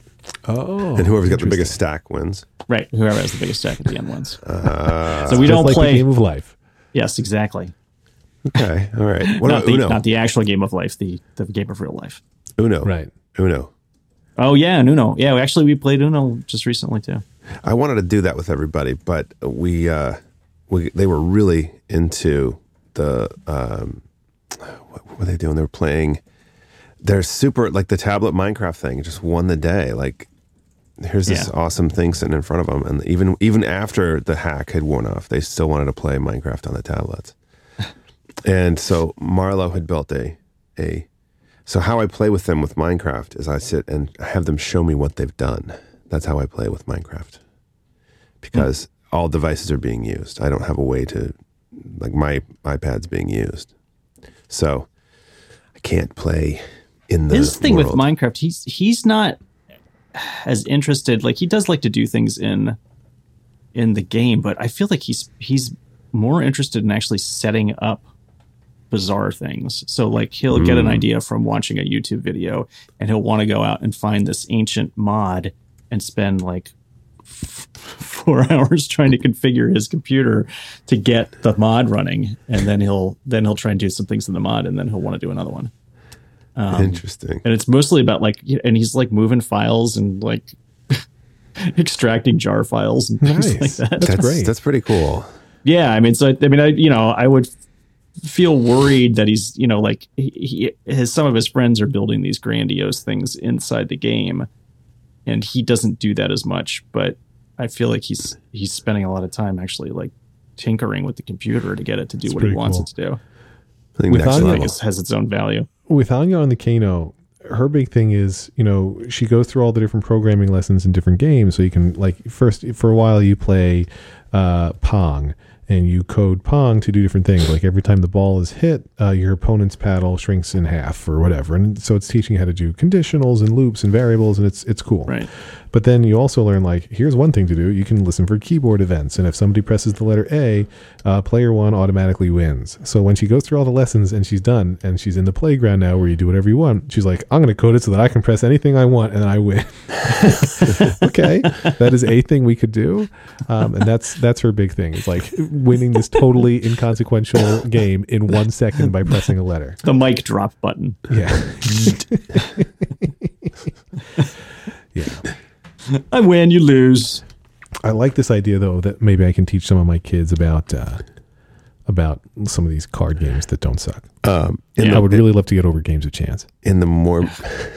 C: Oh.
A: and whoever's got the biggest stack wins.
B: Right. Whoever has the biggest stack at the end wins. so we
C: Just
B: don't
C: like
B: play.
C: the game of life.
B: Yes, exactly.
A: Okay, all right. What
B: Not
A: about
B: the,
A: Uno?
B: not the actual game of life, the, the game of real life.
A: Uno,
C: Right.
A: Uno.
B: Oh yeah, and Uno. Yeah, we- actually we played Uno just recently too.
A: I wanted to do that with everybody, but we uh, we they were really into the um, what, what were they doing? They were playing. They're super like the tablet Minecraft thing. it Just won the day. Like here's this
B: Yeah.
A: awesome thing sitting in front of them, and even even after the hack had worn off, they still wanted to play Minecraft on the tablets. and so Marlo had built a a. So how I play with them with Minecraft is I sit and have them show me what they've done. That's how I play with Minecraft because all devices are being used. I don't have a way to like my iPad's being used, so I can't play in the
B: His thing
A: world.
B: with Minecraft, he's he's not as interested. Like he does like to do things in in the game, but I feel like he's he's more interested in actually setting up bizarre things. So like he'll get
A: Hmm.
B: an idea from watching a YouTube video and he'll want to go out and find this ancient mod and spend like f- four hours trying to configure his computer to get the mod running and then he'll then he'll try and do some things in the mod and then he'll want to do another one
A: Interesting.
B: and it's mostly about like you know, and he's like moving files and like extracting jar files and things
C: Nice.
B: like that
C: That's, great.
A: That's pretty cool.
B: yeah i mean so i mean i you know i would feel worried that he's you know like he, he his some of his friends are building these grandiose things inside the game and he doesn't do that as much but i feel like he's he's spending a lot of time actually like tinkering with the computer to get it to do what he
C: pretty
B: wants
C: cool.
B: it to do
A: I think
C: With
A: next
C: audio-
A: level.
B: i guess it has its own value
C: with Anya on the Kano, her big thing is, you know, she goes through all the different programming lessons in different games. So you can like first for a while you play uh, Pong and you code Pong to do different things. Like every time the ball is hit, uh, your opponent's paddle shrinks in half or whatever. And so it's teaching you how to do conditionals and loops and variables, and it's it's cool.
B: Right.
C: But then you also learn like here's one thing to do. You can listen for keyboard events, and if somebody presses the letter A, uh, player one automatically wins. So when she goes through all the lessons and she's done, and she's in the playground now where you do whatever you want, she's like, I'm going to code it so that I can press anything I want and I win. okay, that is a thing we could do, um, and that's that's her big thing. It's like winning this totally inconsequential game in one second by pressing a letter.
B: the mic drop button
C: Yeah, yeah.
B: i win you lose
C: I like this idea though that maybe I can teach some of my kids about uh, about some of these card games that don't suck.
A: Um, in,
B: Yeah.
C: I
A: the,
C: would really love to get over games of chance.
A: in the Mor-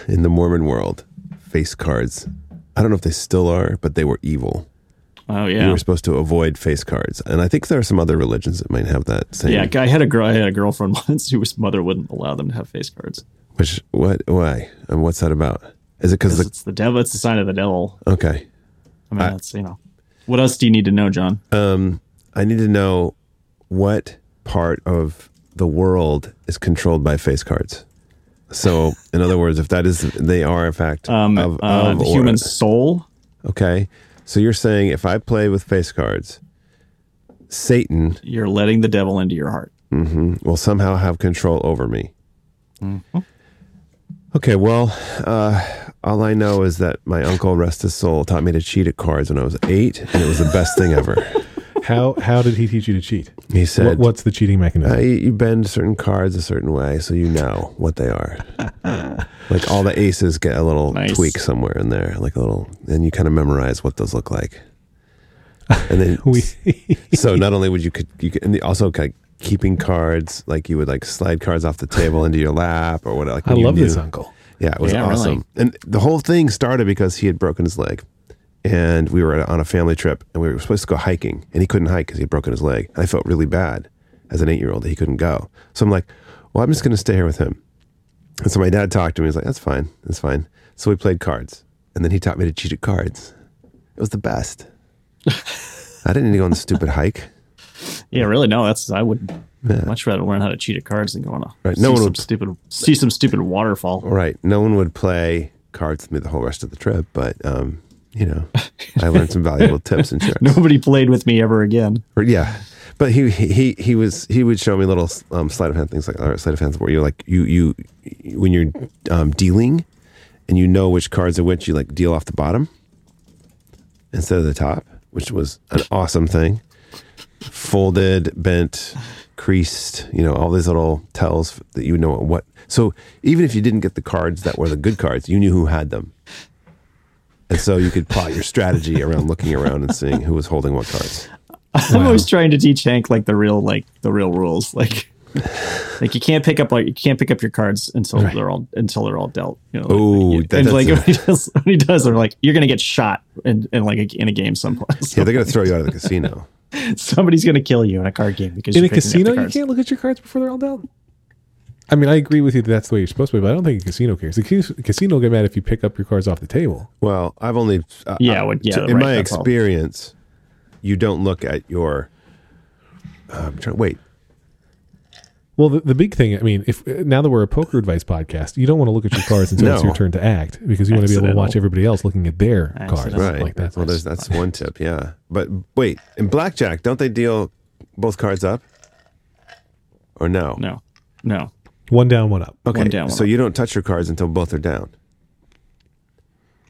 A: in the Mormon world, face cards. I don't know if they still are, but they were evil.
B: Oh
A: You
B: yeah,
A: were supposed to avoid face cards, and I think there are some other religions that might have that same.
B: yeah. I had a girl. I had a girlfriend once whose mother wouldn't allow them to have face cards
A: Which what why and what's that about? Is it Uh, because
B: because
A: the
B: it's the devil. It's the sign of the devil.
A: okay?
B: I mean, that's you know. What else do you need to know, John?
A: I need to know what part of the world is controlled by face cards. So, in other words, if that is they are in fact
B: Um,
A: of,
B: uh,
A: of
B: the
A: or-
B: human soul.
A: Okay, so you're saying if I play with face cards, Satan
B: You're letting the devil into your heart.
A: will somehow have control over me.
C: Mm-hmm.
A: Okay, well, uh, all I know is that my uncle, rest his soul, taught me to cheat at cards when I was eight, and it was the best thing ever.
C: How how did he teach you to cheat?
A: He
C: What,
A: said,
C: what's the cheating mechanism?
A: Uh, you, you bend certain cards a certain way so you know what they are. like all the aces get a little
B: Nice.
A: tweak somewhere in there, like a little, and you kind of memorize what those look like. And then
C: we
A: so not only would you could you could, and the- also kind of keeping cards like you would like slide cards off the table into your lap or whatever. Like
C: I
A: when you
C: love
A: knew-
C: this uncle.
A: Yeah, it was
B: Yeah, really.
A: awesome. And the whole thing started because he had broken his leg. And we were on a family trip and we were supposed to go hiking and he couldn't hike because he had broken his leg. And I felt really bad as an eight year old that he couldn't go. So I'm like, well, I'm just going to stay here with him. And so my dad talked to me. He's like, that's fine. That's fine. So we played cards. And then he taught me to cheat at cards. It was the best. I didn't need to go on the stupid hike.
B: Yeah, really. No, that's I would much rather learn how to cheat at cards than go on a
A: Right,
B: see
A: no one
B: some
A: would-
B: stupid see some stupid waterfall.
A: Right. No one would play cards with me the whole rest of the trip, but um, you know, I learned some valuable tips and tricks.
B: Nobody played with me ever again.
A: Or- Yeah, but he he he was he would show me little um, sleight of hand things like or sleight of hands where you're like you you when you're um, dealing and you know which cards are which you like deal off the bottom instead of the top, which was an awesome thing. Folded, bent, creased, you know, all these little tells that you know what. So even if you didn't get the cards that were the good cards, you knew who had them. And so you could plot your strategy around looking around and seeing who was holding what cards.
B: I'm always trying to teach Hank like the real like the real rules. Like like you can't pick up like you can't pick up your cards until they're all until they're all dealt. You know, like,
A: Ooh,
B: you-
A: that-
B: and like when
A: that's-
B: he does when he does, they're like you're gonna get shot in, in like a, in a game someplace.
A: Yeah, they're gonna throw you out of the casino.
B: Somebody's gonna kill you in a card game because
C: In
B: you're
C: a
B: picking up the
C: casino, you
B: cards.
C: can't look at your cards before they're all dealt. I mean, I agree with you that that's the way you're supposed to be, but I don't think a casino cares. The cas- casino will get mad if you pick up your cards off the table.
A: Well, I've only uh,
B: Yeah,
A: uh,
B: well, yeah,
A: in
B: right,
A: my
B: that's all.
A: experience, you don't look at your. Uh, I'm trying. Wait,
C: Well, the, the big thing, I mean, if now that we're a poker advice podcast, you don't want to look at your cards until it's
A: No.
C: your turn to act because you want to be able to
B: Accidental.
C: watch everybody else looking at their cards.
B: Accidental.
A: right?
C: Like that.
A: well, there's that's one tip. Yeah, but wait, in blackjack, don't they deal both cards up? Or no?
B: No, no.
C: one down, one up.
A: Okay,
B: One down, one
A: so you don't touch your cards until both are down.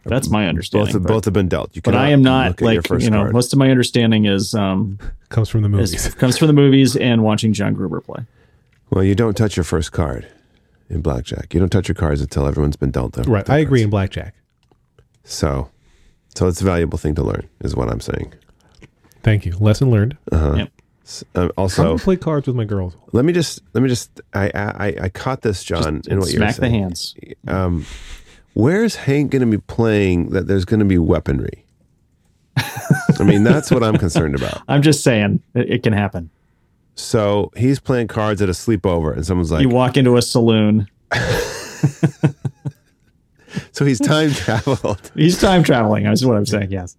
B: That's my
A: Both
B: understanding.
A: have,
B: but,
A: both have been dealt. You
B: but I am
A: cannot
B: not
A: look at your
B: like
A: first
B: you know.
A: card.
B: Most of my understanding is um
C: Comes from the movies.
B: is, comes from the movies and watching John Gruber play.
A: Well, you don't touch your first card in blackjack. You don't touch your cards until everyone's been dealt them.
C: right. I agree in blackjack.
A: So, so it's a valuable thing to learn, is what I'm saying.
C: Thank you. Lesson learned.
B: Yep.
A: Um,
C: I'm
A: also,
C: going to play cards with my girls.
A: let me just let me just I I, I- I caught this, John, in what you're
B: Smack the
A: saying.
B: hands.
A: Where's Hank going to be playing that there's going to be weaponry? I mean, that's what I'm concerned about.
B: I'm just saying it, it can happen.
A: So he's playing cards at a sleepover, and someone's like,
B: You walk into a saloon.
A: "So he's time traveled."
B: He's time traveling. That's what I'm saying. Yes.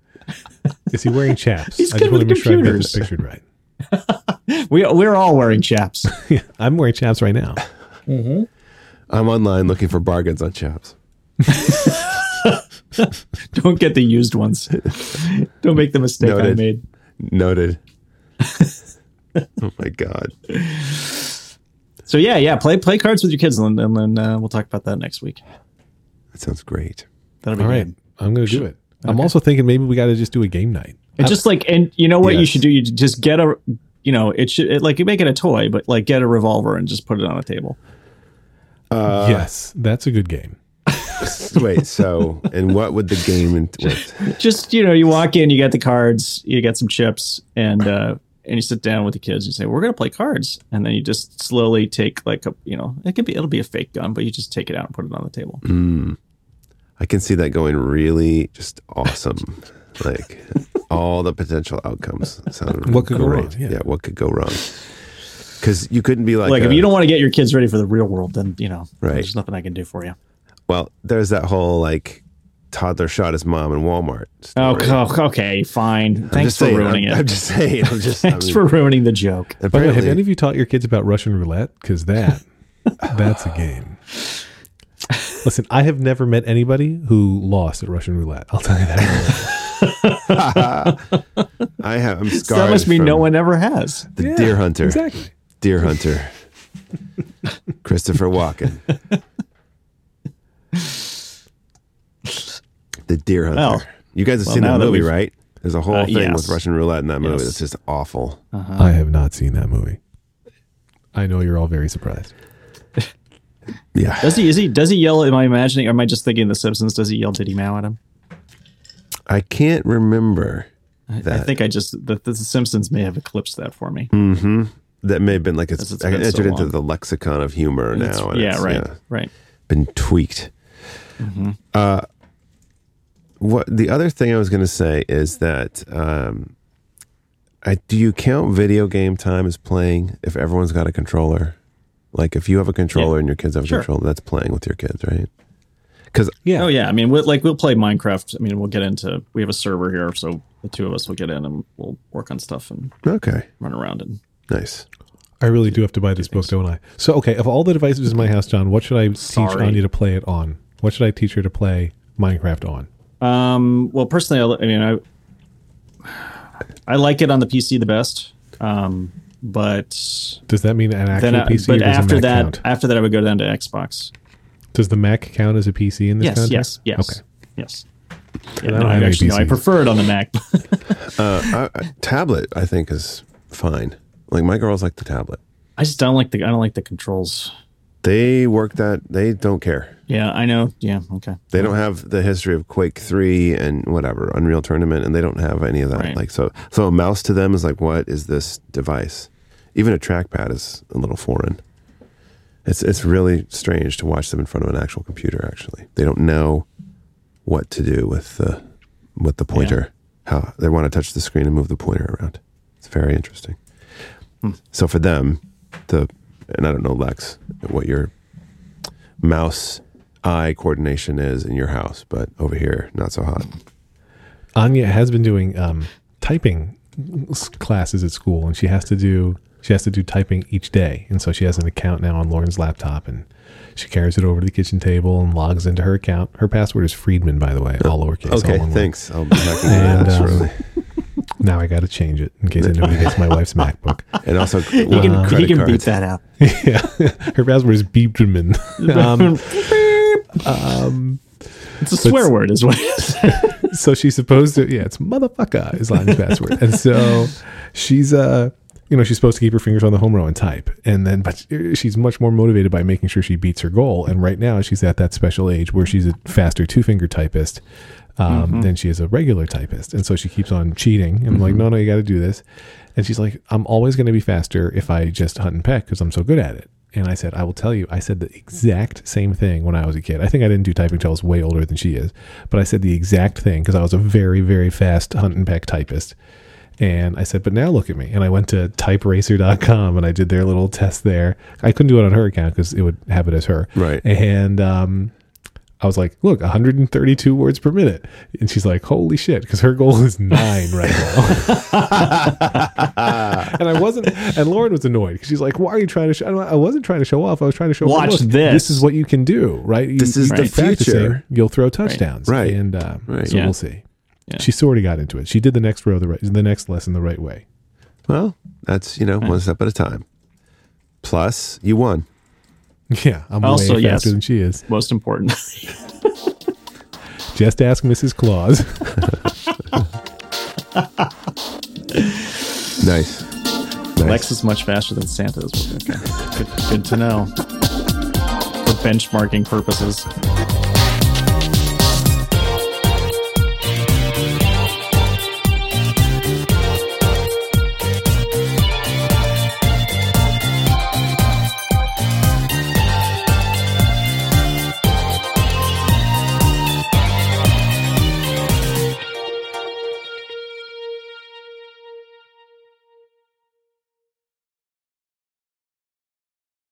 C: Is he wearing chaps?
B: He's
C: I
B: good
C: just want to
B: with
C: make sure I got
B: computers.
C: this pictured right.
B: We we're all wearing chaps.
C: Yeah, I'm wearing chaps right now.
A: I'm online looking for bargains on chaps.
B: Don't get the used ones. Don't make the mistake I
A: Noted.
B: made.
A: Noted. oh my god.
B: So yeah, yeah. Play play cards with your kids, and, and then uh, we'll talk about that next week.
A: That sounds great.
B: That'll be
C: All
B: good.
C: right. I'm going to do it. I'm also thinking maybe we got to just do a game night.
B: And just like, and you know what you
A: Yes.
B: should do? You just get a, you know, it should it, like you make it a toy, but like get a revolver and just put it on a table.
C: yes. That's a good game.
A: Wait, so and what would the game and what,
B: Just you know, you walk in, you got the cards, you got some chips, and uh, and you sit down with the kids and say, "We're gonna play cards," and then you just slowly take like a, you know, it could be it'll be a fake gun, but you just take it out and put it on the table.
A: Mm-hmm. I can see that going really just awesome. Like all the potential outcomes. Sounded
C: What could go
A: great.
C: wrong, yeah.
A: what could go wrong? Because you couldn't be like,
B: like if
A: a-
B: you don't want to get your kids ready for the real world, then you know
A: Right.
B: there's nothing I can do for you.
A: Well, there's that whole like toddler shot his mom in Walmart. story.
B: Oh, co- okay, fine.
A: I'm
B: Thanks
A: just
B: for
A: saying,
B: ruining
A: I'm,
B: it.
A: I'm just saying. I'm just. I
B: Thanks
A: mean,
B: for ruining the joke.
C: By the way, have
A: apparently,
C: any of you taught your kids about Russian roulette? Because that that's a game. Listen, I have never met anybody who lost at Russian roulette. I'll tell you that.
A: I have. I'm
B: So
A: scarred.
B: that must mean
A: from
B: no one ever has.
A: The
C: Yeah,
A: deer hunter.
C: exactly.
A: Deer hunter. Christopher Walken. the deer hunter.
B: Well-
A: you guys have
B: well,
A: seen
B: now
A: that
B: that
A: movie,
B: we've-
A: right? There's a whole
B: Uh,
A: thing
B: yes.
A: with Russian roulette in that movie.
B: Yes. Uh,
A: It's just awful.
C: I have not seen that movie. I know you're all very surprised.
A: Yeah.
B: Does he? Is he? Does he yell? Am I imagining? Or am I just thinking of The Simpsons? Does he yell Diddy Mao at him?
A: I can't remember.
B: I
A: That-
B: think I just the, the Simpsons may have eclipsed that for me.
A: That may have been like it's,
B: Because it's
A: I
B: been so
A: entered into
B: long.
A: the lexicon of humor
B: It's-
A: now. and
B: yeah,
A: it's,
B: right, right.
A: been tweaked. Uh, what the other thing I was going to say is that um, I, do you count video game time as playing if everyone's got a controller? Like if you have a controller and your kids have a
B: Sure.
A: controller, that's playing with your kids, right? Because
C: Yeah.
B: Oh yeah, I mean, we like we'll play Minecraft. I mean, we'll get into. We have a server here, so the two of us will get in and we'll work on stuff and
A: okay,
B: run around and
A: nice.
C: I really do have to buy this book, don't I? So, okay, of all the devices in my house, John, what should I teach
B: Sorry.
C: Anya to play it on? What should I teach her to play Minecraft on?
B: Um, well, personally, I, I mean, I I like it on the PC the best, um, but
C: Does that mean an actual
B: then I,
C: PC?
B: but
C: or does
B: after
C: a Mac
B: that,
C: count?
B: after that, I would go down to Xbox.
C: does the Mac count as a PC in this
B: Yes,
C: context?
B: yes, yes,
C: Okay.
B: yes.
C: I
B: Yeah,
C: don't
B: no,
C: have any
B: actually, no, I
C: PCs.
B: prefer it on the Mac.
A: Uh, I, I- tablet, I think, is fine. Like my girls like the tablet.
B: I just don't like the I don't like the controls.
A: They work that. They don't care.
B: Yeah, I know. Yeah, okay.
A: They don't have the history of Quake Three and whatever Unreal Tournament, and they don't have any of that.
B: Right.
A: Like so, so a mouse to them is like, what is this device? Even a trackpad is a little foreign. It's it's really strange to watch them in front of an actual computer. Actually, they don't know what to do with the with the pointer. How they want to touch the screen and move the pointer around. It's very interesting. So for them, the and I don't know Lex what your mouse eye coordination is in your house, but over here not so hot.
C: Anya has been doing um, typing s- classes at school, and she has to do she has to do typing each day, and so she has an account now on Lauren's laptop, and she carries it over to the kitchen table and logs into her account. Her password is Friedman, by the way, all lowercase. all
A: okay,
C: one word.
A: thanks. I'll be back in
C: And,
A: that
C: um,
A: shortly.
C: Now I got to change it in case anybody gets my wife's MacBook.
A: And also,
B: He can he
A: Uh, credit
B: can beat
A: cards.
B: that out.
C: yeah, her password is Biebderman. um,
B: It's a swear word, is what. It is.
C: so she's supposed to yeah it's motherfucker is Lonnie's password and so she's uh you know she's supposed to keep her fingers on the home row and type and then but she's much more motivated by making sure she beats her goal and right now she's at that special age where she's a faster two finger typist um, than she is a regular typist and so she keeps on cheating and I'm like no no you got to do this and she's like I'm always going to be faster if I just hunt and peck because I'm so good at it and I said, I will tell you, I said the exact same thing when I was a kid. I think I didn't do typing until I was way older than she is, but I said the exact thing because I was a very, very fast hunt and peck typist. And I said, but now look at me. And I went to typeracer.com and I did their little test there. I couldn't do it on her account because it would have it as her.
A: Right.
C: And um, I was like, look, 132 words per minute. And she's like, holy shit, because her goal is nine right now. and I wasn't, and Lauren was annoyed because she's like, why are you trying to show? I'm like, I wasn't trying to show off. I was trying to show
B: Watch
C: look,
B: this.
C: This is what you can do, right? You-
A: This is
C: you
A: the
C: keep practicing,
A: future.
C: You'll throw touchdowns.
A: Right.
C: And um,
A: Right.
C: so
B: Yeah.
C: we'll see.
B: Yeah.
C: She sort of got into it. She did the next row the right, the next lesson the right way.
A: Well, that's you know one step at a time. Plus, you won.
C: Yeah, I'm
B: Also,
C: way faster
B: yes.
C: than she is.
B: Most important.
C: Just ask Mrs. Claus.
A: Nice. nice.
B: Lex is much faster than Santa is. Okay. Good, good to know. For benchmarking purposes.